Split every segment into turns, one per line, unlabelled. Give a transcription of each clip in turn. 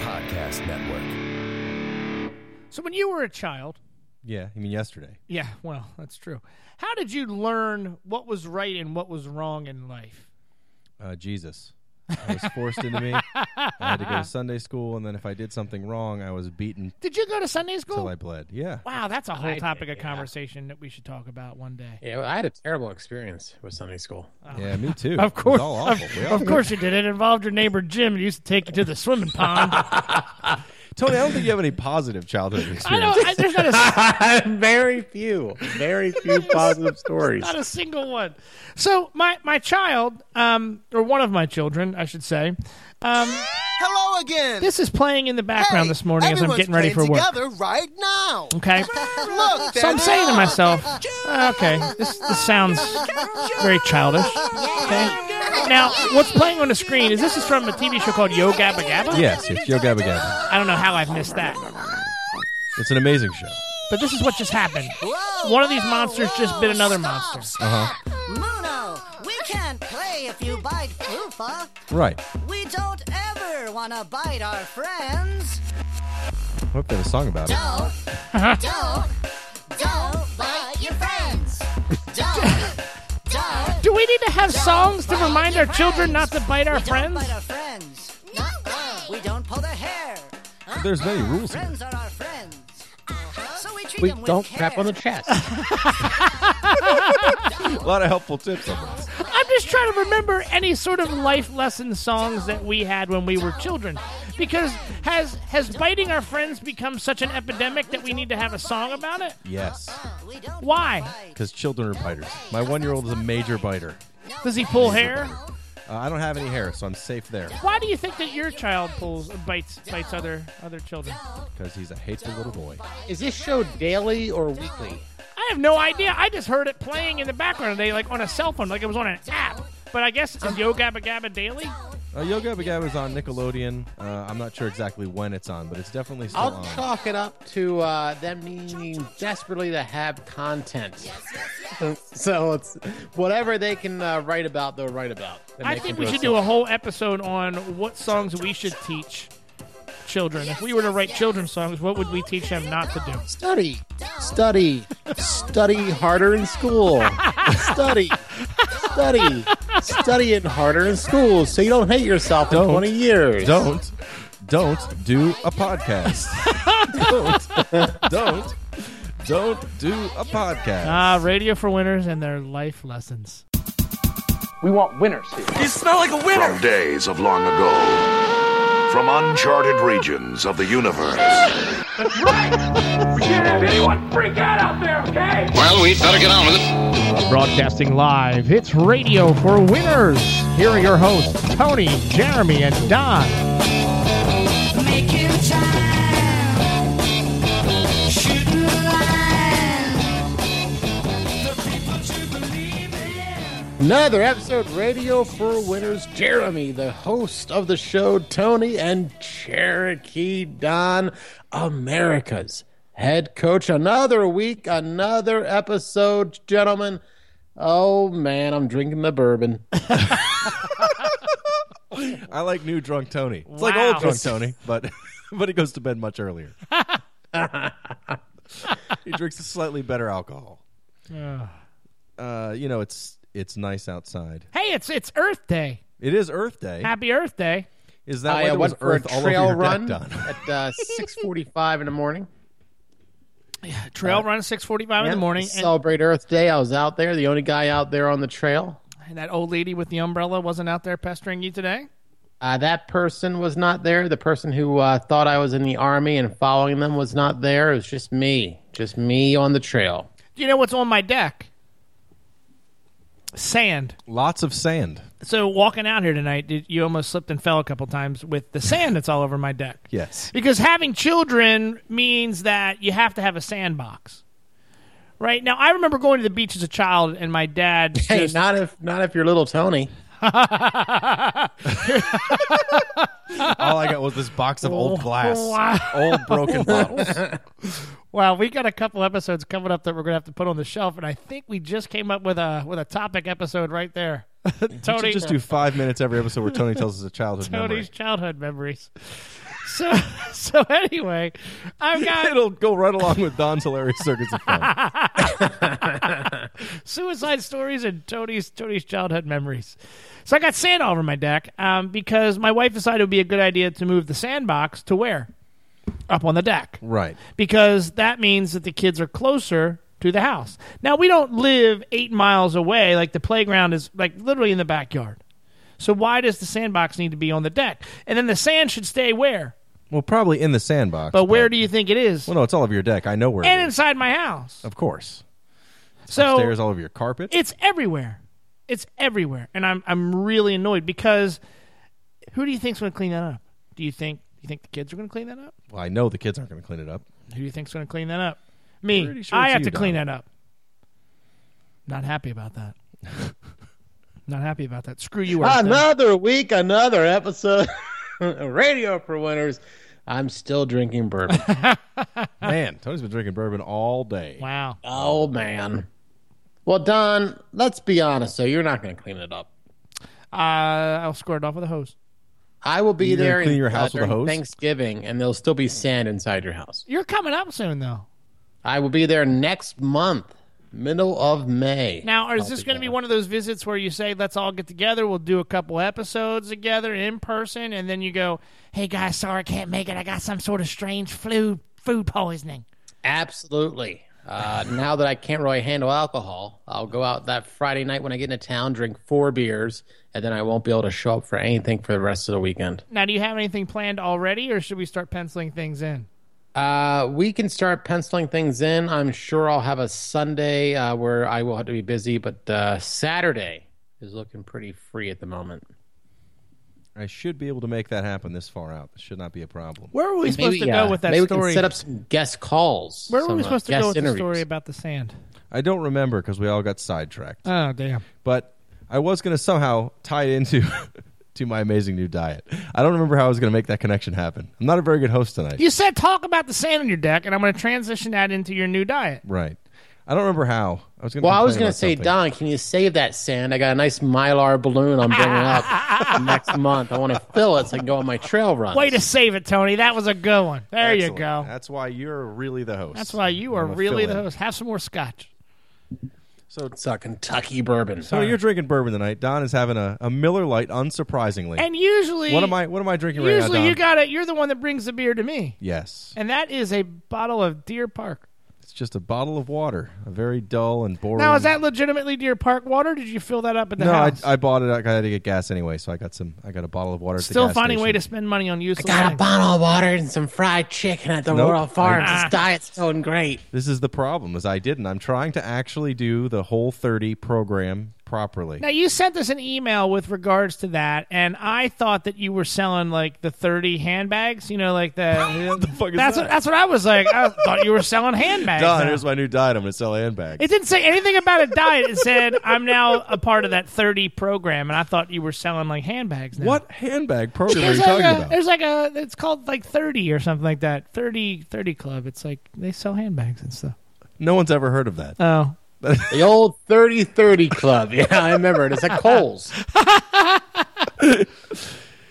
Podcast Network.
So when you were a child,
Yeah, I mean yesterday.
yeah, well, that's true. How did you learn what was right and what was wrong in life?
Uh, Jesus. I was forced into me. I had to go to Sunday school, and then if I did something wrong, I was beaten
Did you go to Sunday school?
till I bled. Yeah.
wow, that's a whole
I-
topic of
yeah.
conversation that we should talk about one day.
Yeah, well, I had a terrible experience with Sunday school.
Yeah, me too.
Of course,
It was all awful.
of,
We all-
of course you did. It involved your neighbor Jim. who used to take you to the swimming pond.
Tony, I don't think you have any positive childhood experience.
I don't. I, there's not a,
very few, very few positive stories.
not a single one. So my my child, um, or one of my children, I should say, um,
Hello again.
this is playing in the background
Hey,
this morning as I'm
everyone's
getting ready for
playing
work.
together right now.
Okay.
Look,
So
there
I'm saying to
they are.
myself, "Ah, okay, this, this sounds very childish. Okay. Now, what's playing on the screen is this is from a TV show called Yo Gabba Gabba.
Yes, it's Yo Gabba Gabba.
I don't know how I've missed that,
It's an amazing show.
but this is what just happened.
Whoa,
One of these
whoa,
monsters just
whoa,
bit another
stop,
monster.
Stop.
Uh-huh.
Muno, we can't play if you bite Floofa.
Right.
We don't ever want to bite our friends.
I hope they have a song about it.
Don't, don't, don't bite your friends. Don't, don't.
Do we need to have songs to remind our children not to bite our
we don't
friends?
bite our friends. No way. We don't pull their hair. Uh-huh.
There's many rules here.
Friends are our friends. So we treat
Uh-huh. We
them with
don't
care.
crap on the chest.
A lot of helpful tips on this.
I'm just trying to remember any sort of life lesson songs that we had when we were children. Because has has biting our friends become such an epidemic that we need to have a song about it?
Yes.
We don't
Why?
bite.
Because children are biters. My one year old is a major biter.
Does he pull hair?
Uh, I don't have any hair, so I'm safe there.
Why do you think that your child pulls bites bites other other children?
Because he's a hateful little boy.
Is this show daily or weekly?
I have no idea. I just heard it playing in the background today, like on a cell phone, like it was on an app. But I guess it's Yo Gabba Gabba Daily.
Uh, Yo Gabba Gabba is on Nickelodeon. Uh, I'm not sure exactly when it's on, but it's definitely still
I'll
on.
chalk it up to uh, them needing desperately to have content. so it's whatever they can uh, write about, they'll write about. And
I
they
think
can
we should do a whole episode on what songs we should teach children. If we were to write children's songs, what would we teach them not to do?
study, study, study harder in school. study, study, studying harder in school so you don't hate yourself
Don't.
in 20 years.
Don't, don't do a podcast. don't, don't, don't do a podcast.
Ah, radio for winners and their life lessons.
We want winners here.
From days of long ago, from uncharted regions of the universe.
Well, we'd better get on with it.
Broadcasting live, it's Radio for Winners. Here are your hosts, Tony, Jeremy, and Don.
Making time, shooting the line. The people to believe in.
Another episode Radio for Winners. Jeremy, the host of the show, Tony, and Cherokee Don, America's head coach. Another week, another episode, gentlemen. Oh man, I'm drinking the bourbon.
I like new drunk Tony. It's like
Wow.
old drunk Tony, but but he goes to bed much earlier. he drinks slightly better alcohol. Uh, you know, it's it's nice outside.
Hey, it's it's Earth Day.
It is Earth Day.
Happy Earth Day.
Is that why
I uh,
there was
went for a
Earth all over
trail
your
run
deck, Don?
at uh, 6:45 in the morning.
Trail run six forty five in the morning,
To
and,
celebrate Earth Day. I was out there, the only guy out there on the trail.
and that old lady with the umbrella wasn't out there pestering you today.
Uh, that person was not there. The person who uh, thought I was in the army and following them was not there. It was just me, just me on the trail.
Do you know what's on my deck? Sand.
Lots of sand.
So walking out here tonight, did- you almost slipped and fell a couple times with the sand that's all over my deck.
Yes.
Because having children means that you have to have a sandbox. Right now, I remember going to the beach as a child, and my dad.
Hey,
just-
not if not if you're little Tony.
All I got was this box of old glass,
Oh, Wow.
old broken bottles.
Wow, we got a couple episodes coming up that we're gonna have to put on the shelf, and I think we just came up with a with a topic episode right there. Tony,
Just do five minutes every episode where Tony tells us a childhood
Tony's
memory.
childhood memories. So, so anyway, I've got
It'll go right along with Don's hilarious circuits of fun.
suicide stories and Tony's Tony's childhood memories. So I got sand all over my deck um, because my wife decided it would be a good idea to move the sandbox to where up on the deck.
Right.
because that means that the kids are closer to the house. Now we don't live eight miles away; like the playground is like literally in the backyard. So why does the sandbox need to be on the deck? And then the sand should stay where?
Well, probably in the sandbox.
But where do you think it is?
Well, no, it's all over your deck. I know where
and Oh.
it is.
inside my house.
Of course.
So
Stairs all over your carpet.
it's everywhere. It's everywhere, and I'm I'm really annoyed because who do you think's going to clean that up? Do you think you think the kids are going to clean that up?
well, I know the kids aren't going to clean it up.
Who do you think's going to clean that up? Me.
Pretty sure
I
it's
have
you,
to clean
Donald.
that up. Not happy about that. Not happy about that. Screw you.
Ah,
Arthur.
Another week, another episode of Radio for Winners. I'm still drinking bourbon.
Man, Tony's been drinking bourbon all day.
Wow.
oh, man. Well, Don, let's be honest, though. You're not going to clean it up.
Uh, I'll squirt it off with a hose.
I will be
You're gonna
there
clean
in-
your house with a
during
hose?
Thanksgiving, and there'll still be sand inside your house.
You're coming up soon, though.
I will be there next month, middle of May.
Now, is this going to be one of those visits where you say, let's all get together, we'll do a couple episodes together in person, and then you go, hey, guys, sorry, I can't make it. I got some sort of strange flu food poisoning.
Absolutely. Uh, now that I can't really handle alcohol, I'll go out that Friday night when I get into town, drink four beers, and then I won't be able to show up for anything for the rest of the weekend.
Now, do you have anything planned already, or should we start penciling things in?
Uh, we can start penciling things in. I'm sure I'll have a Sunday uh, where I will have to be busy, but uh, Saturday is looking pretty free at the moment.
I should be able to make that happen this far out. It should not be a problem.
Where were we supposed to go with that
Maybe we
story?
can set up some guest calls.
Where were
some,
we
uh,
supposed to
guest
go with the
interviews.
story about the sand?
I don't remember because we all got sidetracked.
Oh, damn.
but I was going to somehow tie it into to my amazing new diet. I don't remember how I was going to make that connection happen. I'm not a very good host tonight.
You said talk about the sand on your deck, and I'm going to transition that into your new diet.
right. I don't remember how. I was going
Well, I was going to say, Don, can you save that sand? I got a nice mylar balloon I'm bringing up next month. I want to fill it so I can go on my trail run.
Way to save it, Tony. That was a good one. There you go. That's,
That's why you're really the host.
why you are
I'm a
really the
fill-in.
host. Have some more scotch.
It's a Kentucky bourbon.
So Oh, you're drinking bourbon tonight. Don is having a, a Miller Lite, unsurprisingly.
And usually,
what am I? What am I drinking right now,
Usually,
Don?
you got it. You're the one that brings the beer to me,
yes,
and that is a bottle of Deer Park.
it's just a bottle of water. A very dull and boring.
Now, is that legitimately Deer Park water? Did you fill that up at the
No, I,
house?
I bought it. I had to get gas anyway, so I got some. I got a bottle of water. at
Still
the gas
finding way to
station.
spend money on useless
Got a
things.
bottle of water and some fried chicken at the
Nope.
Royal Farms. This diet's going great.
This is the problem. Is I didn't. I'm trying to actually do the whole 30 program properly.
Now you sent us an email with regards to that, and I thought that you were selling like the thirty handbags. You know, like the.
What the fuck is
that's
that?
what, that's what I was like. I thought you were selling handbags.
Don,
now.
here's my new diet. I'm gonna sell handbags.
it didn't say anything about a diet. It said I'm now a part of that thirty program, and I thought you were selling like handbags. Now.
what handbag program are
There's
you
like,
talking
a,
about?
there's like a it's called like thirty or something like that. 30, 30 club. It's like they sell handbags and stuff.
No one's ever heard of that.
Oh,
The old 30 30 club. Yeah, I remember it. It's at Coles.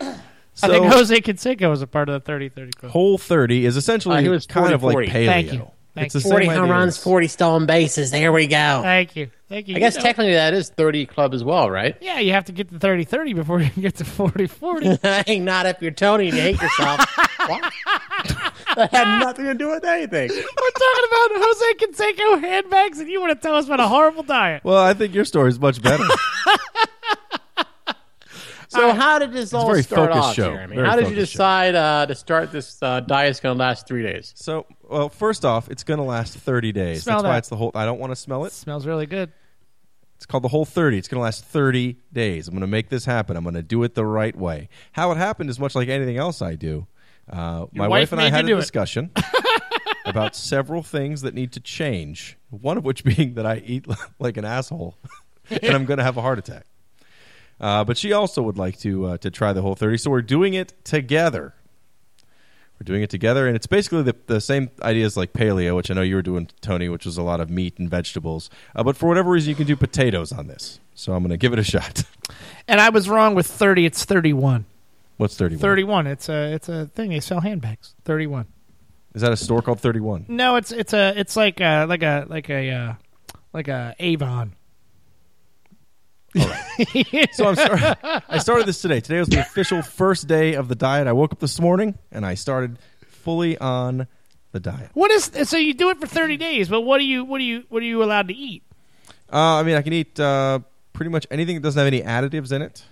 I think
So-
Jose Canseco was a part of the thirty thirty club.
Whole 30 is essentially
Uh, he was
kind of
40.
like paleo.
Thank you. Thank
it's the
you.
same
40
idea
home runs,
as-
40 stolen bases. There we go.
Thank you, thank you.
I guess
You know-
technically that is 30 club as well, right?
Yeah, you have to get to 30 30 before you can get to 40 40.
Hey, not if you're Tony and you hate yourself. What? that had nothing to do with anything.
We're talking about Jose Canseco handbags, and you want to tell us about a horrible diet.
Well, I think your story is much better.
So how did this all
very
start
focused
off,
show.
Jeremy?
Very
how did you
focused show.
decide uh, to start this uh, diet? Is going to last three days.
so, well, first off, it's going to last 30 days.
Smell
That's
that.
why it's the whole. I don't want to smell it.
smells really good.
It's called the whole 30. It's going to last 30 days. I'm going to make this happen. I'm going to do it the right way. How it happened is much like anything else I do. Uh, my
wife
wife, and I
made you
had a
do it.
discussion about several things that need to change, one of which being that I eat like an asshole and I'm going to have a heart attack. Uh, but she also would like to uh, to try the whole 30. So we're doing it together. We're doing it together, and it's basically the, the same ideas like paleo, which I know you were doing, Tony, which was a lot of meat and vegetables. Uh, but for whatever reason, you can do potatoes on this. So I'm going to give it a shot.
And I was wrong with 30, it's 31.
What's 31?
31. It's a it's a thing. They sell handbags. 31.
Is that a store called 31?
No, it's it's a it's like a like a like a uh, like a Avon.
So I'm sorry. I started this today. Today was the official first day of the diet. I woke up this morning and I started fully on the diet.
What is so you do it for 30 days, but what do you what do you what are you allowed to eat?
Uh, I mean, I can eat uh, pretty much anything that doesn't have any additives in it.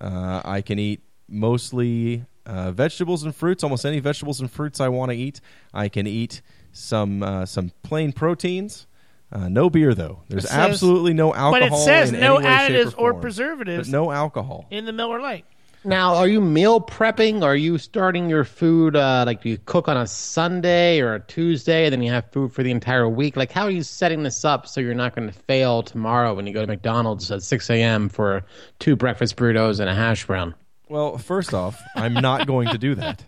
Uh, I can eat mostly uh, vegetables and fruits, almost any vegetables and fruits I want to eat. I can eat some uh, some plain proteins. Uh, no beer though. There's
It says-
absolutely no alcohol.
but it says
in
no
any way, shape,
additives or
form.
preservatives.
But no alcohol.
In the Miller Lite.
Now, are you meal prepping? Are you starting your food uh, like do you cook on a Sunday or a Tuesday, and then you have food for the entire week? Like, how are you setting this up so you're not going to fail tomorrow when you go to McDonald's at 6 a.m. for two breakfast burritos and a hash brown?
Well, first off, I'm not going to do that.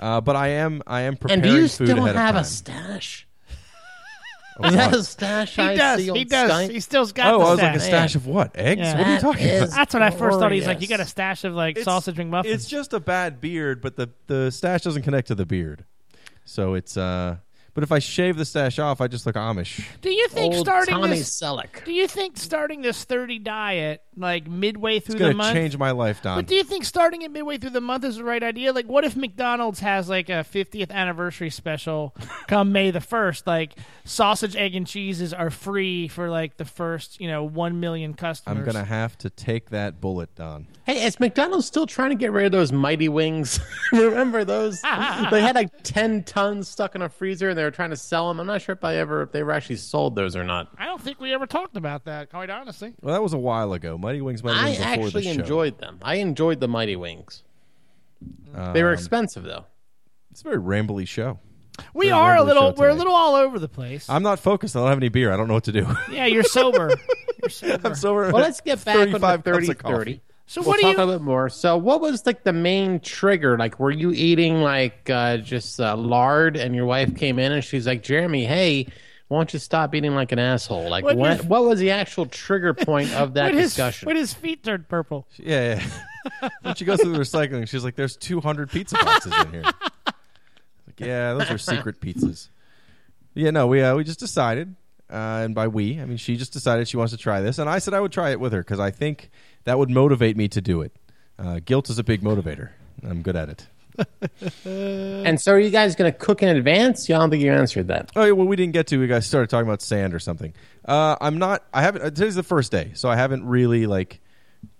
Uh, but I am. I am
And
preparing
do you
food
still
ahead
have
of time.
a stash? Is that a stash
He
I
does.
see on
He does.
Skype?
He still's got
oh,
the
I was
stash.
like a stash of what? Eggs?
Yeah.
What are you
That
talking about?
is
That's what I first thought. He's like, you
glorious.
got a stash of like
It's-
sausage McMuffins.
It's just a bad beard, but the, the stash doesn't connect to the beard. So it's uh but if I shave the stash off, I just look Amish.
do you think
Old
starting
Tommy
this?
Selleck.
Do you think starting this 30 diet like midway through
It's
the
gonna
month?
change my life, Don.
But do you think starting it midway through the month is the right idea? Like, what if McDonald's has like a 50th anniversary special come May the 1st? Like, sausage, egg, and cheeses are free for like the first, you know, 1 million customers.
I'm gonna have to take that bullet, Don.
Hey, is McDonald's still trying to get rid of those mighty wings? Remember those? they had like ten tons stuck in a freezer, and they were trying to sell them. I'm not sure if I ever if they were actually sold those or not.
I don't think we ever talked about that, quite honestly.
Well, that was a while ago. Mighty Wings might have
I
been before
actually
the show.
enjoyed them. I enjoyed the mighty wings. they were expensive though.
It's a very rambly show.
We
We're
are a
on the show
little, we're a
today. Uh,
little all over the place.
I'm not focused. I don't have any beer. I don't know what to do.
yeah, you're sober. you're sober.
so we're
Well, let's get back on the
35 cups
30
of coffee.
30.
So
we'll
what do
talk
you-
a bit more. So what was like the main trigger? Like, were you eating like uh, just uh, lard, and your wife came in and she's like, "Jeremy, hey, why don't you stop eating like an asshole?" Like,
When
what
his-
what was the actual trigger point of that
when his,
discussion?
when his feet turned purple.
Yeah, yeah. when she goes through the recycling, she's like, "There's 200 pizza boxes in here." Like, yeah, those are secret pizzas. Yeah, no, we uh, we just decided, uh, and by we, I mean she just decided she wants to try this, and I said I would try it with her because I think that would motivate me to do it. Uh, guilt is a big motivator. I'm good at it.
and so, are you guys going to cook in advance? Yeah, I don't think you answered that.
Oh, yeah, well, we didn't get to. We guys started talking about sand or something. Uh, I'm not. I haven't. uh, Today's the first day, so I haven't really like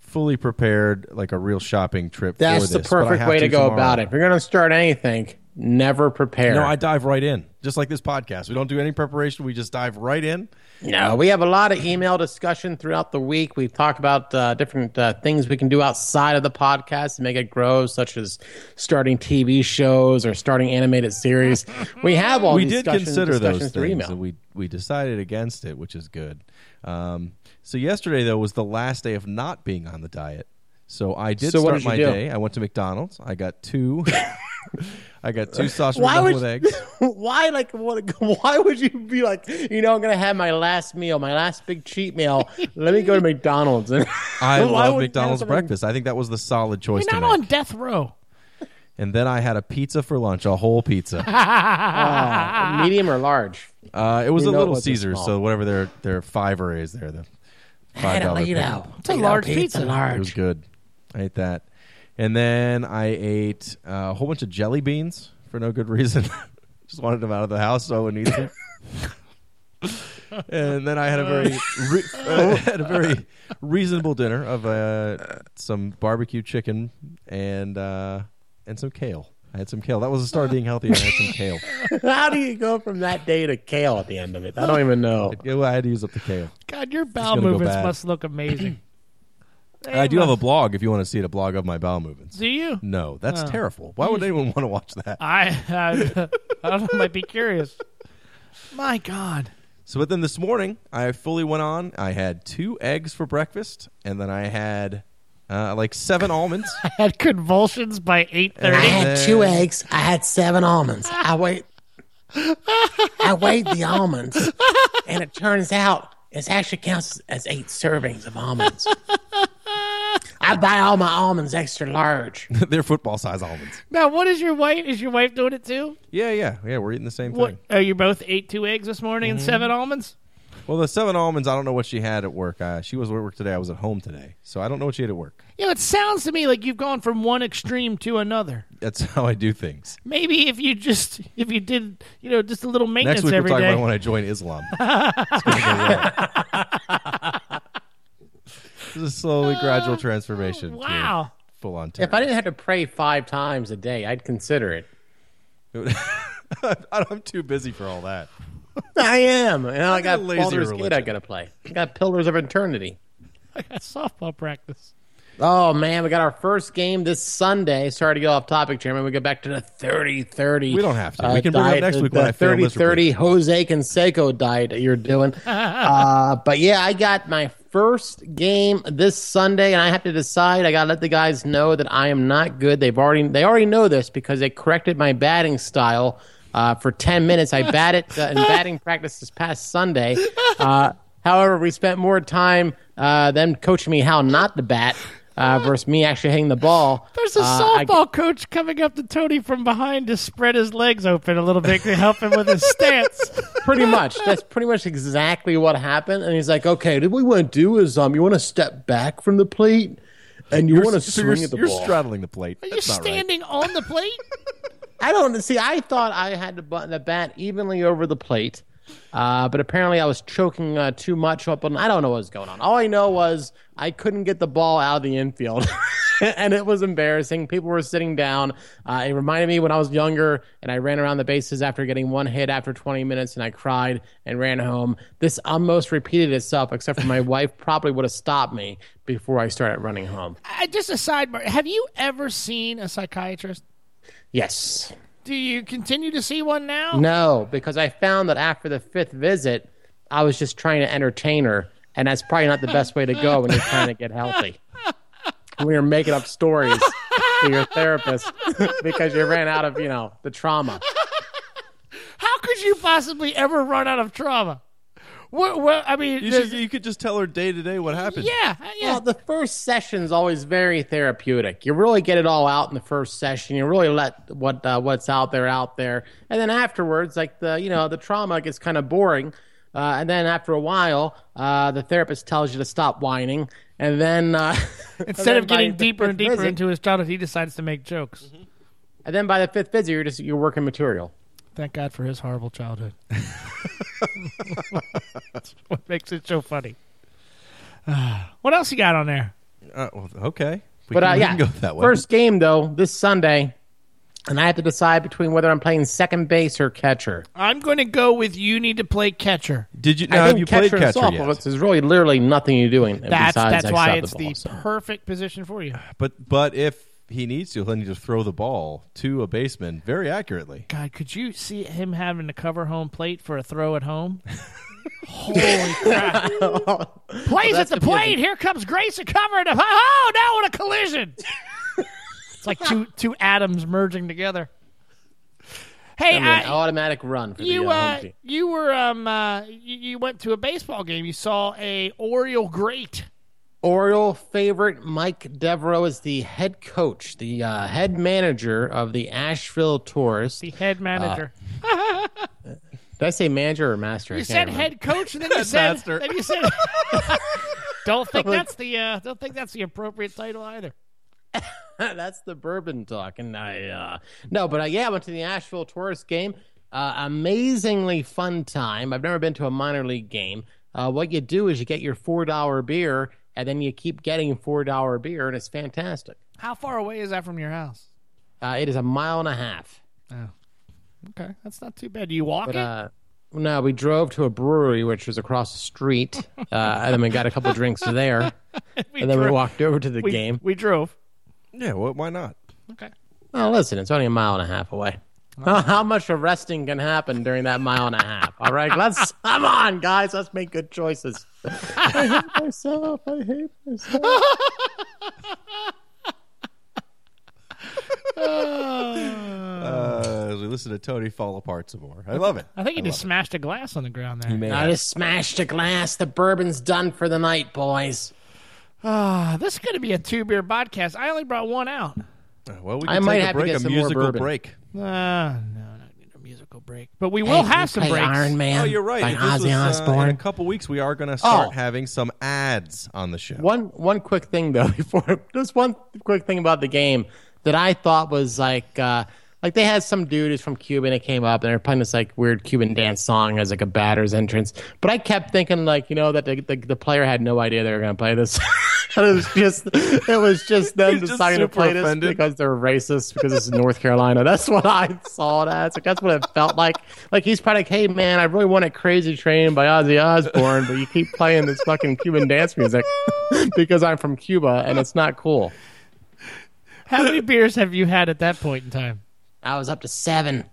fully prepared like a real shopping trip.
That's
for
the
this, but I
perfect
have
way to go
tomorrow.
about it. If you're going to start anything, never prepare.
No, I dive right in, just like this podcast. We don't do any preparation. We just dive right in.
No, Uh, we have a lot of email discussion throughout the week. We talk about uh, different uh, things we can do outside of the podcast to make it grow, such as starting TV shows or starting animated series. We have all
we
these
did
discussions,
consider
discussions
those
through
things,
email.
and we we decided against it, which is good. Um, so yesterday though was the last day of not being on the diet. So I did
So what
start
did you
my
do?
day. I went to McDonald's. I got two. I got two sausage
Why
McMuffin
would
with
you-
eggs.
why like what, why would you be like you know I'm gonna have my last meal, my last big cheat meal. Let me go to McDonald's and
I
Why
love
would you have
McDonald's
something-
breakfast. I think that was the solid choice.
We're
to
not
make.
on death row.
And then I had a pizza for lunch, a whole pizza.
medium or large.
Uh, it was
You
a
know it
little
wasn't
Caesars,
small.
so whatever their their fiver is there, the five dollar.
It's a large pizza.
It was good. I ate that. And then I ate uh, a whole bunch of jelly beans for no good reason. Just wanted them out of the house so I wouldn't eat them. and then I had a very re- uh, had a very reasonable dinner of uh, some barbecue chicken and uh, and some kale. I had some kale. That was the start of being healthy. I had some kale.
How do you go from that day to kale at the end of it? I don't even know.
Yeah, well, I had to use up the kale.
God, your bowel
gonna go
movements
bad.
must look amazing. They
I do have a
must-
blog if you want to see it. A blog of my bowel movements.
Do you?
No, that's terrible. Why would anyone want to watch that?
I I, I don't know. I might be curious. My God.
So, but then this morning, I fully went on. I had two eggs for breakfast, and then I had uh, like seven almonds.
Had convulsions by eight thirty.
had two
eggs. I had seven almonds. I wait. I weighed the almonds, and it turns out it actually counts as eight servings of almonds. I I buy all my almonds extra large.
They're football size almonds.
Now, what is your wife? Is your wife doing it too?
Yeah, yeah, yeah. We're eating the same
What
thing.
are you both ate two eggs this morning
Mm-hmm.
and seven almonds?
Well, the seven almonds. I don't know what she had at work. Uh, she was at work today. I was at home today, so I don't know what she had at work.
You know, it sounds to me like you've gone from one extreme to another.
That's how I do things.
Maybe if you just if you did you know just a little
Next
maintenance
week we'll
every
talk
day.
about when I join Islam. It's gonna go well. This is a slowly gradual transformation.
wow.
Full on.
If I didn't have to pray five times a day, I'd consider it.
I'm too busy for all that.
I am. And I
got
got
a lazy
Baldur's Gate I
religion.
gotta play. I got Pillars of Eternity.
I got softball practice.
Oh man, we got our first game this Sunday. Sorry to get off topic, Chairman. We go back to the 30-30.
We don't have to. We can bring it up next week when I fail
thirty thirty
miserably.
Jose Canseco diet that you're doing. uh, but yeah, I got my first game this Sunday, and I have to decide. I gotta let the guys know that I am not good. They've already they already know this because they corrected my batting style. Uh, for 10 minutes. I batted uh, in batting practice this past Sunday. Uh, however, we spent more time uh, them coaching me how not to bat uh, versus me actually hitting the ball.
There's a
Uh, I-
softball coach coming up to Tony from behind to spread his legs open a little bit to help him with his stance.
pretty much. That's pretty much exactly what happened. And he's like, "Okay, what we want to do is um, you want to step back from the plate, and you want to
so
swing
you're,
at the
you're
ball."
straddling the plate.
Are you
That's not right.
standing on the plate?
I don't see. I thought I had to button the bat evenly over the plate, uh, but apparently I was choking uh, too much up on. I don't know what was going on. All I know was I couldn't get the ball out of the infield. And it was embarrassing. People were sitting down. Uh, it reminded me when I was younger and I ran around the bases after getting one hit after 20 minutes and I cried and ran home. This almost repeated itself, except for my wife probably would have stopped me before I started running home.
I, just a sidebar. Have you ever seen a psychiatrist?
Yes.
Do you continue to see one now?
No, because I found that after the fifth visit, I was just trying to entertain her, and that's probably not the best way to go when you're trying to get healthy. When you're making up stories to your therapist because you ran out of, you know, the trauma.
How could you possibly ever run out of trauma? What, what, I mean,
You,
there's-
should, you could just tell her day to day what happened.
yeah, uh, yeah.
Well, the first session is always very therapeutic. You really get it all out in the first session. You really let what uh, what's out there out there, and then afterwards, like the you know the trauma gets kind of boring. Uh, and then after a while, uh, the therapist tells you to stop whining, and then uh,
Instead of getting deeper and deeper into his childhood, he decides to make jokes.
and then by the fifth visit, you're just you're working material.
Thank God for his horrible childhood. That's what makes it so funny. Ah, what else you got on there?
Uh, well, okay. We
But
can,
uh,
we
yeah,
can go that way.
first game though this Sunday, and I have to decide between whether I'm playing second base or catcher.
I'm going to go with you need to play catcher.
did you now have you played
and
catcher
softball,
yet?
There's really literally nothing you're doing
That's
besides
that's why
except
it's the,
ball, so.
perfect position for you.
But but if he needs to, he'll need to throw the ball to a baseman very accurately.
God, could you see him having to cover home plate for a throw at home? Holy crap! Plays at the plate. Here comes Grayson covering him. Oh, now what a collision! it's like two two atoms merging together. Hey,
I mean,
I,
an automatic run for
you
the uh, home
uh,
team.
you were um uh, you, you went to a baseball game. You saw a Oriole great.
Oriole favorite Mike Devereaux is the head coach, the uh, head manager of the Asheville Taurus.
The head manager.
Did I say manager or master?
Uh, you said head coach, and then you said
Headmaster.
then you said. don't think that's the uh, don't think that's the appropriate title either.
That's the bourbon talk, and I uh, no, but uh, yeah, I went to the Asheville Taurus game. Uh, amazingly fun time. I've never been to a minor league game. Uh, what you do is you get your four dollar beer, and then you keep getting four dollar beer, and it's fantastic.
How far away is that from your house?
Uh, it is a mile and a half.
Okay, that's not too bad. Do you walk
But
it?
uh, no, we drove to a brewery which was across the street, uh, and then we got a couple drinks there, and then we
drove-
walked over to the
we,
game.
We drove.
Yeah, well, why not?
Okay.
Oh, listen, it's only a mile and a half away. How much arresting can happen during that mile and a half? All right, let's come on, guys. Let's make good choices. I hate myself. I hate myself.
Uh, as we listen to Tony fall apart some more, I love it. Uh,
I think you just smashed a glass on the ground there.
I just smashed a glass. The bourbon's done for the night, boys.
Ah, this is going to be a two beer podcast. I only brought one out.
Well, we
I
can
might
take
have
a
to
break,
get
a
some more
musical
bourbon.
break.
Uh, no, not need a musical break, but we will have some breaks.
Man.
oh, you're right.
By
If this
Ozzy
was, uh, in a
Osbourne.
couple weeks, we are going to start
Oh.
having some ads on the show.
One one quick thing though before just one quick thing about the game that I thought was like uh like they had some dude who's from Cuba and it came up and they're playing this like weird Cuban dance song as like a batter's entrance. But I kept thinking like, you know, that the the, the player had no idea they were gonna play this. it was just it was just them
He's just
deciding to
super
play this
offended.
because they're racist because this is North Carolina. That's what I saw it as. Like that's what it felt like. Like he's probably like, hey man, I really want a crazy train by Ozzy Osbourne, but you keep playing this fucking Cuban dance music because I'm from Cuba and it's not cool.
How many beers have you had at that point in time?
I was up to seven.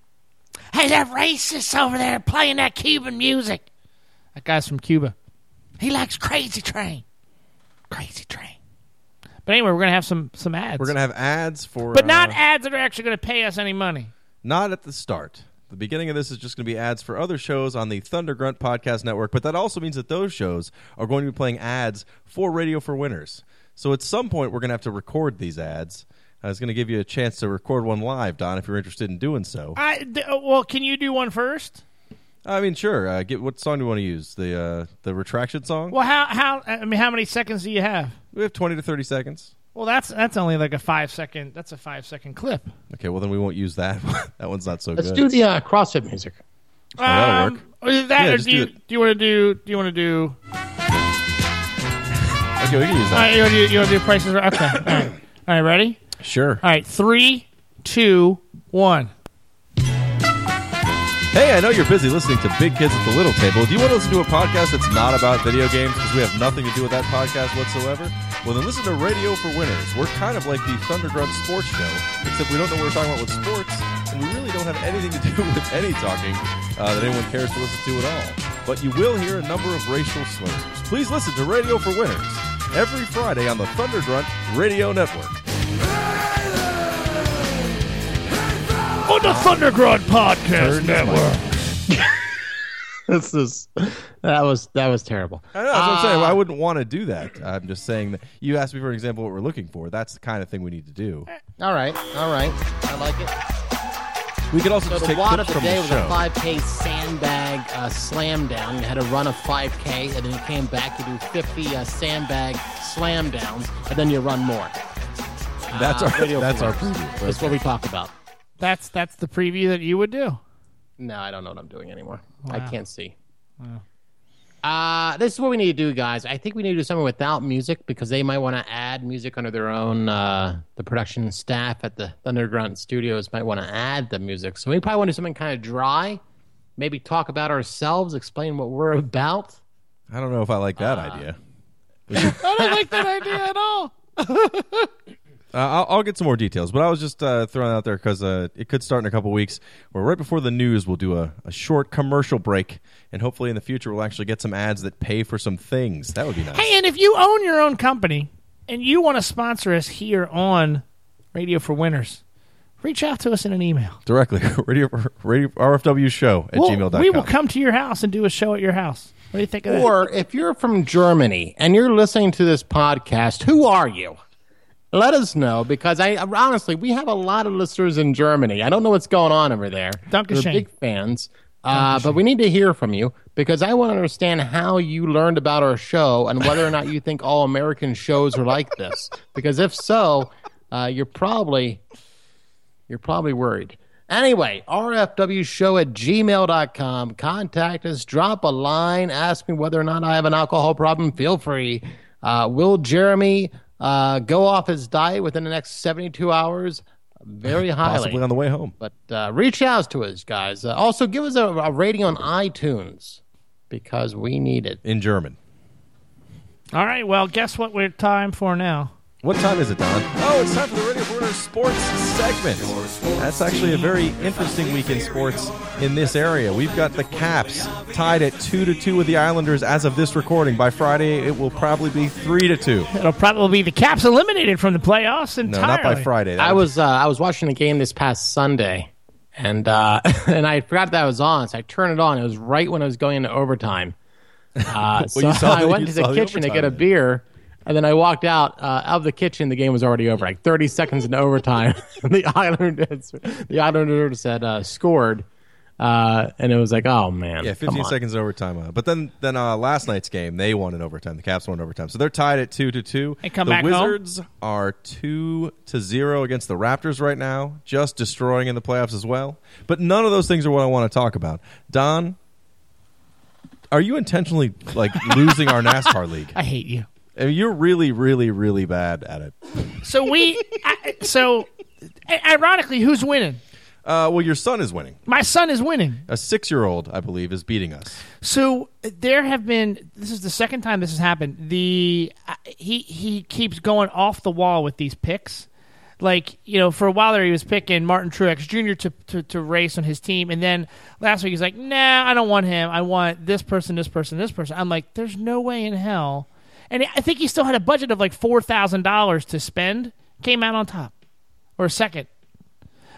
Hey, that racist over there playing that Cuban music. That guy's from Cuba. He likes Crazy Train. Crazy Train. But anyway, we're gonna have some some ads.
We're going to have ads for,
but not
uh,
ads that are actually gonna pay us any money.
not at the start. The beginning of this is just going to be ads for other shows on the Thunder Grunt Podcast Network, but that also means that those shows are going to be playing ads for Radio for Winners. So at some point, we're going to have to record these ads. I was going to give you a chance to record one live, Don, if you're interested in doing so.
I d- uh, well, can you do one first?
I mean, sure. Uh, get what song do you want to use? The uh, the retraction song.
Well, how how uh, I mean, how many seconds do you have?
We have twenty to thirty seconds.
Well, that's that's only like a five second. That's a five second clip.
Okay, well then we won't use that. that one's not so
Let's
good.
do the um, uh, CrossFit music.
that'll
or Um, is that
Yeah,
or
just
do you
do
do
it.
you want to do do you want to do
okay, we can use
all right,
that.
you want to do, you wanna do prices Right? okay all right. all right ready
sure.
all right three two one
Hey, I know you're busy listening to Big Kids at the Little Table. Do you want to listen to a podcast that's not about video games because we have nothing to do with that podcast whatsoever? Well, then listen to Radio for Winners. We're kind of like the Thundergrunt Sports Show, except we don't know what we're talking about with sports, and we really don't have anything to do with any talking uh, that anyone cares to listen to at all. But you will hear a number of racial slurs. Please listen to Radio for Winners every Friday on the Thundergrunt Radio Network.
on the Thunderground Podcast Network.
This is that was that was terrible.
I know, that's what I'm saying.
Ah.
I wouldn't want to do that. I'm just saying that you asked me for an example of what we're looking for. That's the kind of thing we need to do.
Ah.
All right, all right, I like it.
We could also
So
just
the
take
wad
clips
of the
from
day
the
was
show.
a 5K sandbag uh, slam down. You had a run of 5K, and then you came back. You do 50 uh, sandbag slam downs, and then you run more.
that's our
video
that's our
forms.
preview.
That's what we talk about.
That's that's the preview that you would do.
No, I don't know what I'm doing anymore. I can't see. Uh, this is what we need to do, guys. I think we need to do something without music because they might want to add music under their own. Uh, the production staff at the Underground Studios might want to add the music. So we probably want to do something kind of dry. Maybe talk about ourselves, explain what we're about.
I don't know if I like that
Ah.
idea.
I don't like that idea at all.
Uh, I'll, I'll get some more details, but I was just uh, throwing it out there because uh, it could start in a couple weeks. Or right before the news, we'll do a, a short commercial break, and hopefully in the future we'll actually get some ads that pay for some things. That would be nice.
Hey, and if you own your own company and you want to sponsor us here on Radio for Winners, reach out to us in an email.
Directly, radio, radio RFW show at
We'll-
gmail.com.
we will come to your house and do a show at your house. What do you think of that?
Or if you're from Germany and you're listening to this podcast, who are you? Let us know because I honestly we have a lot of listeners in Germany. I don't know what's going on over there. We're
Dankeschön.
big fans, uh, but we need to hear from you because I want to understand how you learned about our show and whether or not you think all American shows are like this. Because if so, uh, you're probably you're probably worried. Anyway, rfwshow at gmail.com. Contact us, drop a line, ask me whether or not I have an alcohol problem. Feel free. Uh, will Jeremy uh, go off his diet within the next 72 hours? Very highly.
Possibly on the way home.
but uh, reach out to us, guys. Uh, also, give us a, a rating on iTunes because we need it.
In German.
All right, well, guess what we're time for now?
What time is it, Don? Oh, it's time for the Radio Border Sports segment. That's actually a very interesting week in sports in this area. We've got the Caps tied at two to two with the Islanders as of this recording. By Friday, it will probably be three to two.
It'll probably be the Caps eliminated from the playoffs
No,
entirely.
not by Friday. That
I was uh, I was watching the game this past Sunday, and uh, and I forgot that I was on, so I turned it on. It was right when I was going into overtime. Uh, so
you saw
I
the-
went
you
to
saw
the
the
kitchen to get a
overtime.
beer, And then I walked out uh, of the kitchen. The game was already over, like 30 seconds in overtime. And the Islanders, the Islanders had uh, scored, uh, and it was like, oh man,
Yeah,
come
15
on.
seconds in overtime. Uh, but then then uh, last night's game, they won in overtime. The Caps won in overtime. So they're tied at 2 to 2.
And come
the
back home.
Wizards are 2 to 0 against the Raptors right now, just destroying in the playoffs as well. But none of those things are what I want to talk about. Don, are you intentionally like losing our NASCAR league?
I hate you.
I mean, you're really really really bad at it.
So we, I, so ironically, who's winning?
Uh, well, your son is winning.
My son is winning.
A 6-year-old, I believe, is beating us.
So there have been. This is the second time this has happened. The uh, he he keeps going off the wall with these picks. Like you know, for a while there he was picking Martin Truex Jr. to to, to race on his team, and then last week he's like, "Nah, I don't want him. I want this person, this person, this person." I'm like, "There's no way in hell." And I think he still had a budget of like four thousand dollars to spend. Came out on top, or second.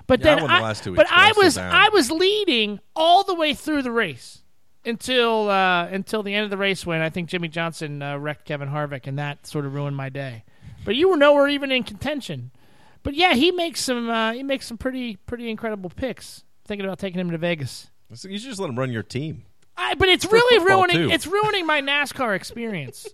But
Yeah, I
then
won the last two
but
weeks, but
I
I'm still
was
down.
I was leading all the way through the race until uh, until the end of the race when I think Jimmy Johnson uh, wrecked Kevin Harvick, and that sort of ruined my day. But you were nowhere even in contention. But yeah, he makes some uh, he makes some pretty pretty incredible picks. Thinking about taking him to Vegas.
So you should just let him run your team.
I, but it's really
football,
ruining
too.
it's ruining my NASCAR experience.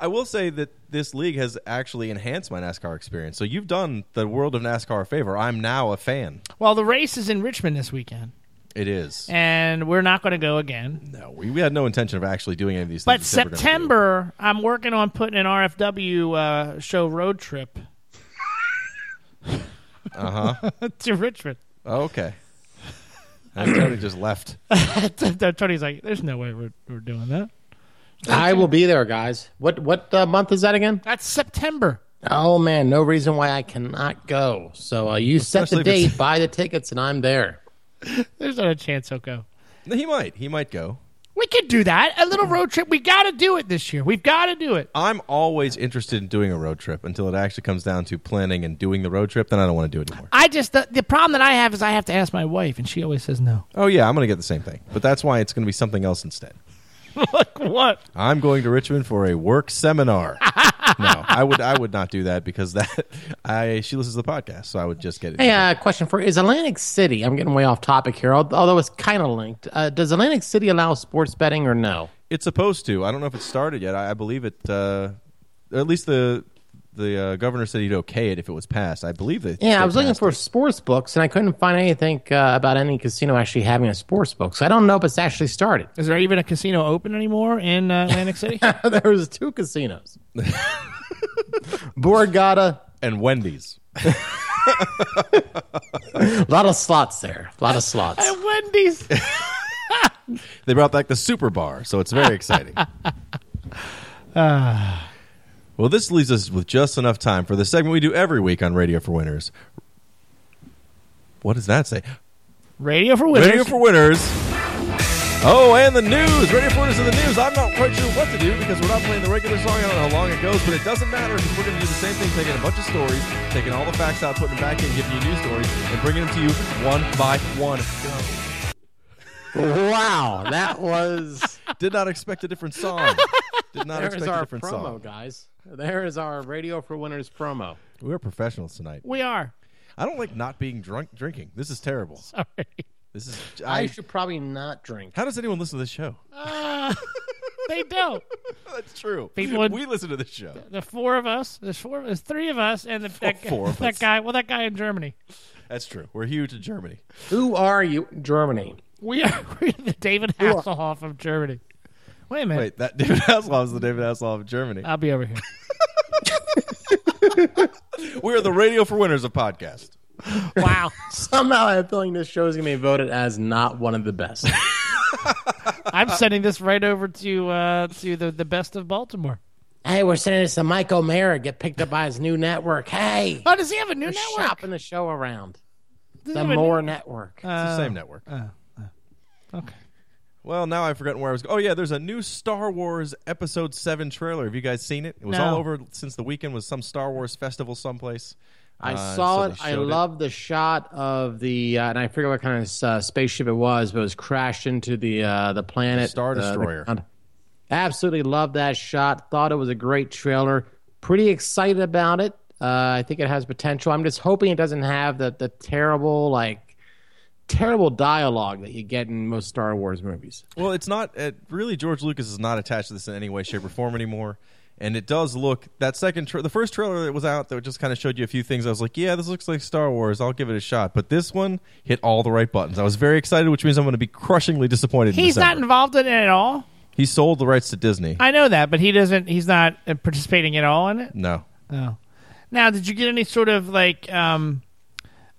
I will say that this league has actually enhanced my NASCAR experience. So you've done the world of NASCAR a favor. I'm now a fan.
well, the race is in Richmond this weekend,
It is.
and we're not going to go again.
No, we, we had no intention of actually doing any of these
But
things. that we're gonna do.
September, I'm working on putting an RFW uh, show road trip. Uh huh. to Richmond.
Oh, okay. And Tony just left.
Tony's like, there's no way we're, we're doing that.
I will be there, guys. What what uh, month is that again?
That's September.
Oh man, no reason why I cannot go. So uh, you set the
Especially if it's-
date, buy the tickets, and I'm there.
There's not a chance he'll go.
He might. He might go.
We could do that. A little road trip. We got to do it this year. We've got to do it.
I'm always interested in doing a road trip until it actually comes down to planning and doing the road trip. Then I don't want to do it anymore.
I just, the, the problem that I have is I have to ask my wife, and she always says no.
Oh, yeah, I'm going to get the same thing. But that's why it's going to be something else instead.
like, what?
I'm going to Richmond for a work seminar. no, I would I would not do that because that I she listens to the podcast, so I would just get it.
Hey, uh, question for is Atlantic City? I'm getting way off topic here, al- although it's kind of linked. Uh, does Atlantic City allow sports betting or no?
It's supposed to. I don't know if it started yet. I, I believe it. Uh, at least the the uh, governor said he'd okay it if it was passed. I believe that.
Yeah,
they
I was looking
passed
for
it.
sports books, and I couldn't find anything uh, about any casino actually having a sports book. So I don't know if it's actually started.
Is there even a casino open anymore in uh, Atlantic City?
there was two casinos, Borgata,
and Wendy's.
a lot of slots there, a lot of slots.
Wendy's.
They brought back the super bar, so it's very exciting. well, this leaves us with just enough time for the segment we do every week on Radio for Winners. What does that say?
Radio for Wizards.
Radio for winners. Oh, and the news. Radio for winners in the news. I'm not quite sure what to do because we're not playing the regular song. I don't know how long it goes, but it doesn't matter because we're going to do the same thing, taking a bunch of stories, taking all the facts out, putting them back in, giving you new stories, and bringing them to you one by one. Go.
wow, that was
Did not expect a different song. Did not
there's
expect a
our
different
promo,
song.
guys. There is our Radio for Winners promo.
We're professionals tonight.
we are.
I don't like not being drunk drinking. This is terrible.
All right.
This is
I
I,
should probably not drink.
How does anyone listen to this show?
They don't.
That's true.
People would-
we listen to this show.
the four of us. There's four. There's three of us, and the, that, guy-
four of
that
us.
guy. Well, that guy in Germany.
That's true. We're huge in Germany.
Who are you, Germany?
We are we're the David Hasselhoff of Germany. Wait a minute.
Wait, that David Hasselhoff is the David Hasselhoff of Germany.
Uh,
I'll be over here.
We are the Radio for Winners of podcast.
Wow.
Somehow I have a feeling this show is going to be voted as not one of the best.
I'm sending this right over to uh, to the the best of Baltimore.
hey, we're sending this to Mike O'Mara. Get picked up by his new network. Hey,
Oh, does he have a new
we're
network?
shopping the show around.
Does he
The
have a new-
More Network.
It's the same network.
uh.
okay.
Well, now I've forgotten where I was. Oh yeah, there's a new Star Wars Episode Seven trailer. Have you guys seen it? It was all
No.
over since the weekend was some Star Wars festival someplace.
I
Uh,
saw
so
it.
they
I
showed
love the shot of the, uh, and I forget what kind of uh, spaceship it was, but it was crashed into the uh, the planet
Star
the- the
Destroyer.
ground. Absolutely loved that shot. Thought it was a great trailer. Pretty excited about it. Uh, I think it has potential. I'm just hoping it doesn't have the, the terrible like terrible dialogue that you get in most Star Wars movies.
Well, it's not uh, really George Lucas is not attached to this in any way, shape, or form anymore. And it does look that second, tra- the first trailer that was out that just kind of showed you a few things. I was like, yeah, this looks like Star Wars. I'll give it a shot. But this one hit all the right buttons. I was very excited, which means I'm going to be crushingly disappointed. in
He's not
December.
involved in it at all.
He sold the rights to Disney.
I know that, but he doesn't. He's not uh, participating at all in it.
no,
Now, did you get any sort of like, um,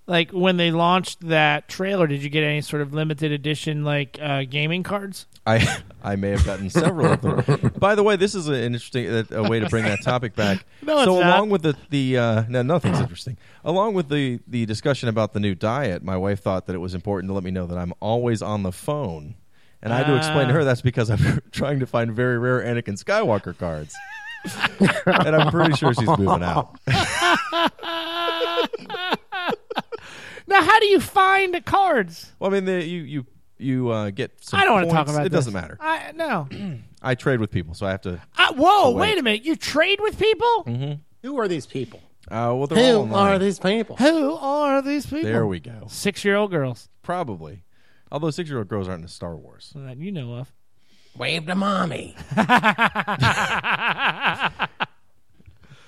like when they launched that trailer? Did you get any sort of limited edition like uh, gaming cards?
I I may have gotten several of them. By the way, this is an interesting uh, a way to bring that topic back.
No, it's
so
not.
along with the the uh, no nothing's interesting. Along with the the discussion about the new diet, my wife thought that it was important to let me know that I'm always on the phone, and I had to explain
Ah.
to her that's because I'm trying to find very rare Anakin Skywalker cards, and I'm pretty sure she's moving out.
Now, how do you find the cards?
Well, I mean, the, you you. You uh, get. Some
I don't want
want
to talk about
It
this.
doesn't matter.
I no.
I trade with people, so I have to.
I, Uh, whoa!
Oh, wait. Mm-hmm.
wait. a minute. You trade with people?
Who are these people?
Uh, well, they're all
Who
online.
are these people?
Who are these people?
There we go.
Six-year-old girls
Probably. Although six year old girls aren't in Star Wars.
that you know of.
Wave to mommy.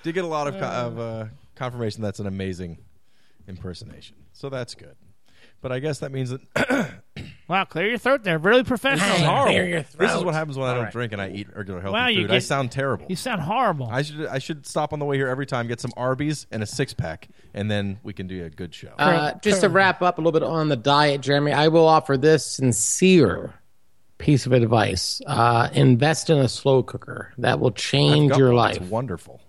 Did get a lot of, co- of uh, confirmation that's an amazing impersonation. So that's good. But I guess that means that
Wow, clear your throat there. Really professional.
Hey,
Horrible.
clear your
this is
throat.
what happens when I don't drink and I eat regular healthy
Wow, you
food. I
get-
sound terrible.
You sound horrible.
I should I should stop on the way here every time, get some Arby's and a six pack, and then we can do a good show.
Uh, just to wrap up a little bit on the diet, Jeremy, I will offer this sincere piece of advice: uh, invest in a slow cooker. That will change
Got
your
one. It's
life.
wonderful.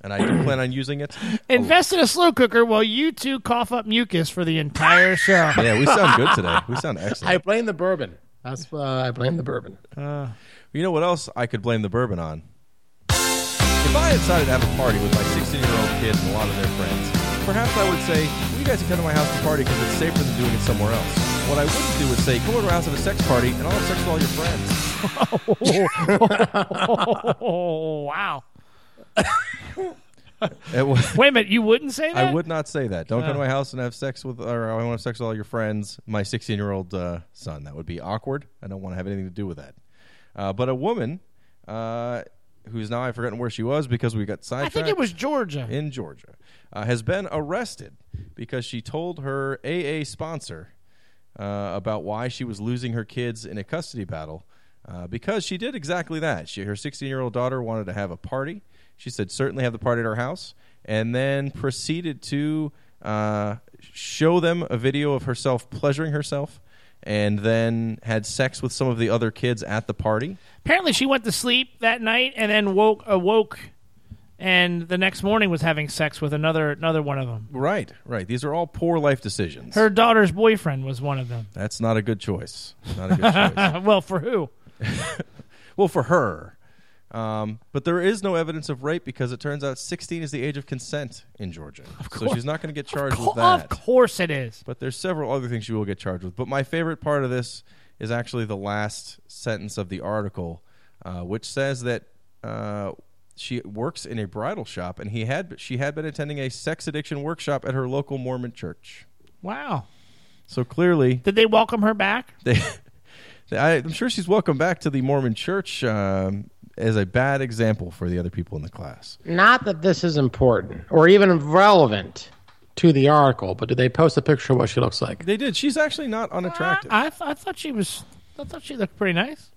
And I do plan on using it.
Invest in a slow cooker while you two cough up mucus for the entire show.
Yeah, we sound good today. We sound excellent.
I blame the bourbon. That's uh, I blame the bourbon.
You know what else I could blame the bourbon on? If I had decided to have a party with my 16 year old kid and a lot of their friends, perhaps I would say, well, you guys can come to my house to party because it's safer than doing it somewhere else. What I wouldn't do is say, come over to our house and have a sex party and I'll have sex with all your friends.
Oh wow!
It wa-
Wait a minute. You wouldn't say that.
I would not say that. Don't come to my house and have sex with, or I want to have sex with all your friends. My 16 year old uh, son. That would be awkward. I don't want to have anything to do with that. Uh, but a woman uh, who's now I've forgotten where she was because we got
I
sidetracked.
think it was Georgia.
in Georgia uh, has been arrested because she told her AA sponsor uh, about why she was losing her kids in a custody battle uh, because she did exactly that. She, her 16 year old daughter wanted to have a party. She said, certainly have the party at our house, and then proceeded to uh, show them a video of herself pleasuring herself. And then had sex with some of the other kids at the party.
Apparently, she went to sleep that night and then woke awoke, and the next morning was having sex with another another one of them.
Right, right. These are all poor life decisions.
Her daughter's boyfriend was one of them.
That's not a good choice. Not a good choice.
Uh, well, for who?
Well, for her. Um, but there is no evidence of rape because it turns out 16 is the age of consent in Georgia. So she's not going to get charged with
of
that.
course it is.
But there's several other things she will get charged with. But my favorite part of this is actually the last sentence of the article, uh, which says that uh, she works in a bridal shop and he had she had been attending a sex addiction workshop at her local Mormon church.
Wow.
So clearly,
Did they welcome her back?
they, I, I'm sure she's welcome back to the Mormon Church um, as a bad example for the other people in the class.
Not that this is important or even relevant to the article, but did they post a picture of what she looks like?
They did. She's actually not unattractive.
I, I, th- I thought she was. I thought she looked pretty nice.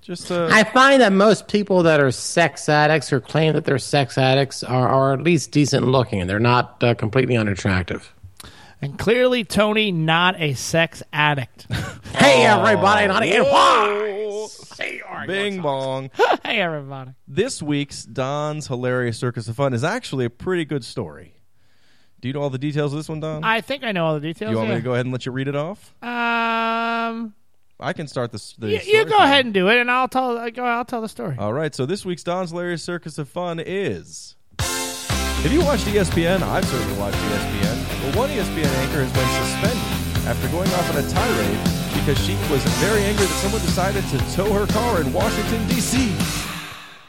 Just uh,
I find that most people that are sex addicts or claim that they're sex addicts are, are at least decent looking and they're not uh, completely unattractive.
And clearly, Tony not a sex addict.
Hey, everybody, not again. Why? Say our
bing bong.
hey, everybody.
this week's Don's hilarious circus of fun is actually a pretty good story. Do you know all the details of this one, Don?
I think I know all the details.
you want
yeah.
me to go ahead and let you read it off?
Um,
I can start this. The
you,
story
you go
for
ahead and do it, and I'll tell. I go- I'll tell the story.
All right, so this week's Don's Hilarious Circus of Fun is. Have you watched E ESPN? I've E certainly watched ESPN. But one ESPN anchor has been suspended after going off on a tirade because she was very angry that someone decided to tow her car in Washington, D.C.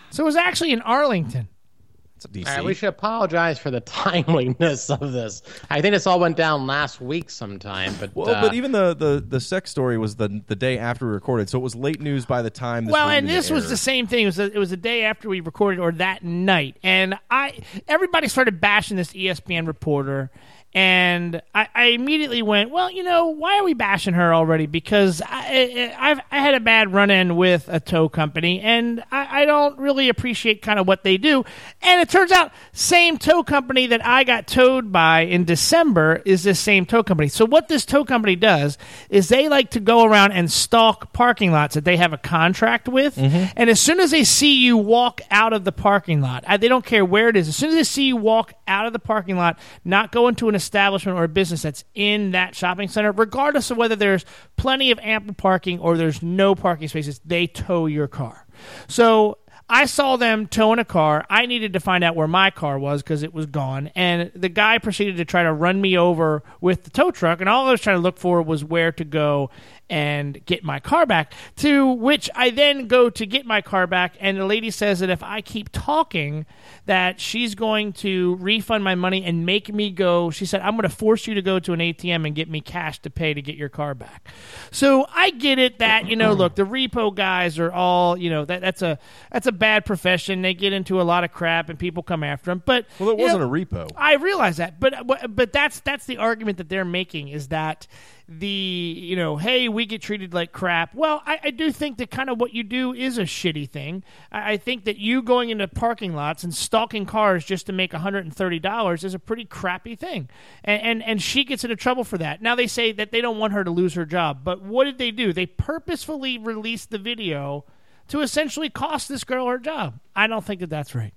So it was actually in Arlington.
It's a D.C.
All right, we should apologize for the timeliness of this. I think this all went down last week sometime, but
well,
uh,
but even the, the, the sex story was the the day after we recorded, so it was late news by the time. This
well,
went
and
into
this was
air.
the same thing. It was, a, it was the day after we recorded, or that night, and I everybody started bashing this E ESPN reporter, and I, I immediately went, "Well, you know, why are we bashing her already?" Because I, I, I've I had a bad run in with a tow company, and I, I don't really appreciate kind of what they do. And it turns out, same tow company that I got towed by in December is this same tow company. So what this tow company does is they like to go around and stalk parking lots that they have a contract with. And as soon as they see you walk out of the parking lot, I, they don't care where it is. As soon as they see you walk out of the parking lot, not go into an establishment or a business that's in that shopping center, regardless of whether there's plenty of ample parking or there's no parking spaces, they tow your car. So I saw them towing a car. I needed to find out where my car was because it was gone. And the guy proceeded to try to run me over with the tow truck. And all I was trying to look for was where to go and get my car back. To which I then go to get my car back. And the lady says that if I keep talking, that she's going to refund my money and make me go. She said, I'm going to force you to go to an ATM and get me cash to pay to get your car back. So I get it that, you know, look, the repo guys are all, you know, that, that's a that's a bad profession. They get into a lot of crap and people come after them. But
well, it
you know,
wasn't a repo.
I realize that, but but- but that's that's the argument that they're making is that the you know hey we get treated like crap. Well, I, I do think that kind of what you do is a shitty thing. I, I think that you going into parking lots and stalking cars just to make one hundred and thirty dollars is a pretty crappy thing, and, and and she gets into trouble for that. Now they say that they don't want her to lose her job, but what did they do? They purposefully released the video to essentially cost this girl her job. I don't think that that's right.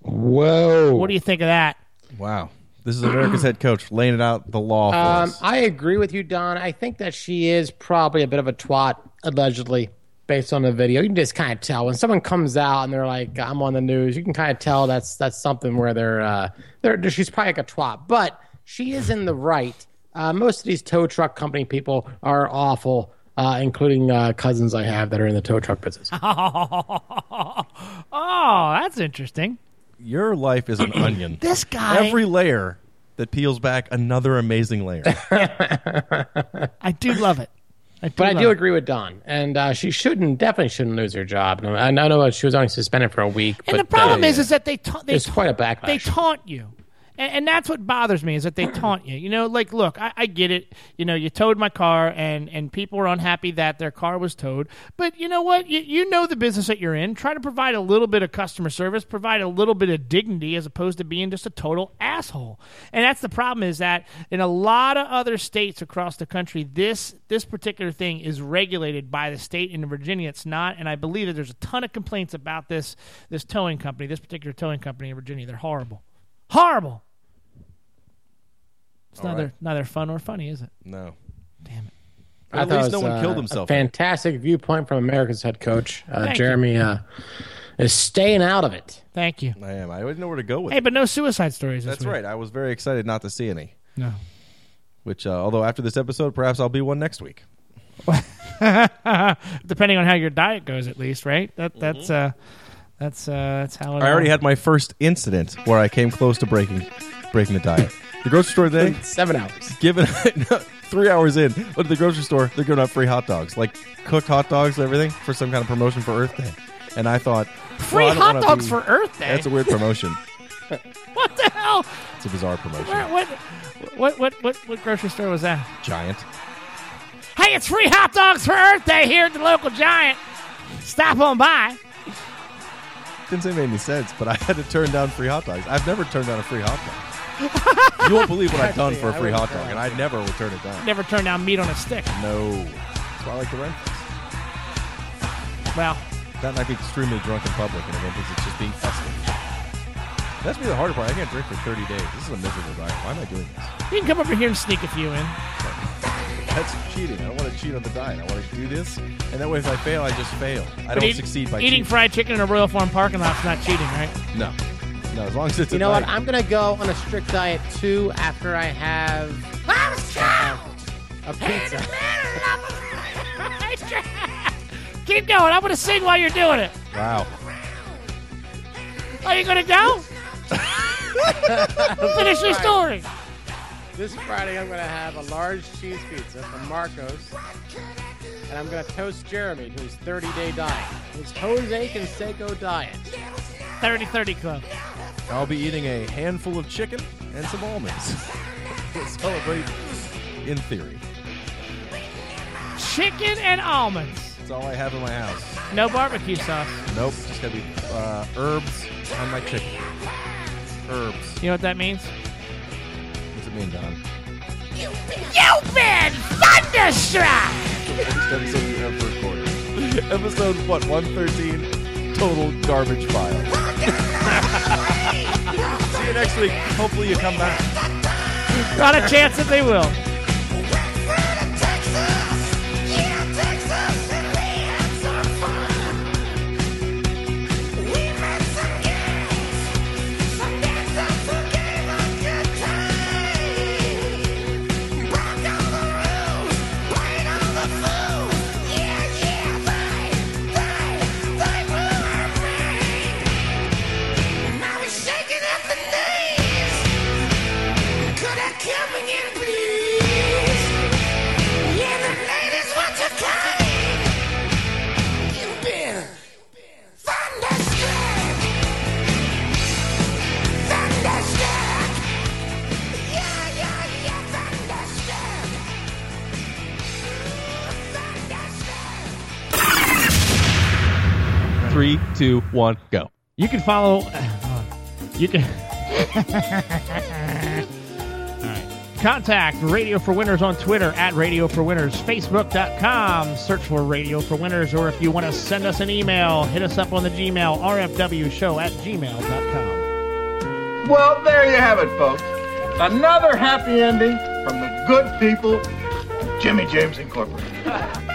whoa.
What do you think of that?
Wow, this is America's head coach laying it out the law for
Um,
us.
I agree with you, Don. I think that she is probably a bit of a twat, allegedly, based on the video. You can just kind of tell when someone comes out and they're like, "I'm on the news." You can kind of tell that's that's something where they're uh, they're she's probably like a twat, but she is in the right. Uh, most of these tow truck company people are awful, uh, including uh, cousins I have that are in the tow truck business.
oh, that's interesting.
Your life is an onion.
This guy,
Every layer that peels back another amazing layer.
I do love it. I do
But I
love
do
it.
agree with Don, and uh, she shouldn't definitely shouldn't lose her job. And I I know she was only suspended for a week.
And the
but,
problem
uh,
is, is that they ta- they
There's
ta-
quite a backlash.
They taunt you. And, and that's what bothers me is that they taunt you. You know, like, look, I, I get it. You know, you towed my car, and and people are unhappy that their car was towed. But you know what? You, you know the business that you're in. Try to provide a little bit of customer service, provide a little bit of dignity, as opposed to being just a total asshole. And that's the problem is that in a lot of other states across the country, this this particular thing is regulated by the state. In Virginia, it's not. And I believe that there's a ton of complaints about this this towing company, this particular towing company in Virginia. They're horrible. Horrible. It's neither neither fun or funny, is it?
no.
I
At
thought
least
it
no
was,
one killed
uh,
himself.
A fantastic viewpoint from America's head coach. Uh,
Thank
Jeremy uh, is staying out of it.
Thank you.
I am. I didn't know where to go with
Hey,
it.
but no suicide stories. This
That's
week.
right. I was very excited not to see any.
No.
Which, uh, although after this episode, perhaps I'll be one next week.
Depending on how your diet goes, at least, right? That that's uh, that's uh, that's how. It
Mm-hmm. I already
all-
had my first incident where I came close to breaking breaking the diet. The grocery store today,
Seven hours.
given three hours in, went to the grocery store. They're giving out free hot dogs, like cooked hot dogs, and everything for some kind of promotion for Earth Day. And I thought,
free
well, I don't
hot
wanna
dogs
be-
for Earth Day.
That's a weird promotion.
what the hell?
it's a bizarre
Where,
promotion.
what, what what what what grocery store was that?
Giant.
Hey, it's free hot dogs for Earth Day here at the local Giant. Stop on by.
Didn't say made any sense, but I had to turn down free hot dogs. I've never turned down a free hot dog. you won't believe what I've done for a free hot dog, and I never would turn it down.
Never turn down meat on a stick.
No. That's why I like the rent.
Well,
That might be extremely drunk in public, and everyone thinks it's just being festive. That's me the harder part. I can't drink for 30 days. This is a miserable diet. Why am I doing this?
you can come over here and sneak a few in.
That's cheating. I don't want to cheat on the diet. I want to do this, and that way, if I fail, I just fail. I
But
don't
eat-
succeed by
eating
cheating.
fried chicken in a Royal Farm parking lot's not cheating, right?
no, no. As long as it's
You
a
know what?
diet.
I'm going to go on a strict diet too after I have. A pizza.
Keep going. I'm going to sing while you're doing it.
Wow.
Are you going to go? Finish your story.
This Friday, I'm going to have a large cheese pizza from Marcos. And I'm going to toast Jeremy to his 30 day diet, his Jose Canseco diet.
30 30 Club.
I'll be eating a handful of chicken and some almonds. to celebrate, in theory.
Chicken and almonds.
That's all I have in my house.
No barbecue sauce.
Nope, just gotta be uh, herbs on my chicken. Herbs.
You know what that means?
What's it mean, Don?
You've been thunderstruck!
Episode for quarter. Episode what? One thirteen. Total garbage file. See you next week. Hopefully you come back.
Not a chance that they will.
Shaking at the knees. Could I come again, please? Yeah, the ladies want to come. You've been thunderstruck. Thunderstruck. Yeah, yeah, yeah, thunderstruck. Thunderstruck.
Three, two, one, go.
You can follow. You can. All right. Contact Radio for Winners on Twitter at Radio for Winners, Facebook.com. Search for Radio for Winners, or if you want to send us an email, hit us up on the Gmail, rfwshow at gmail.com.
Well, there you have it, folks. Another happy ending from the good people of Jimmy James Incorporated.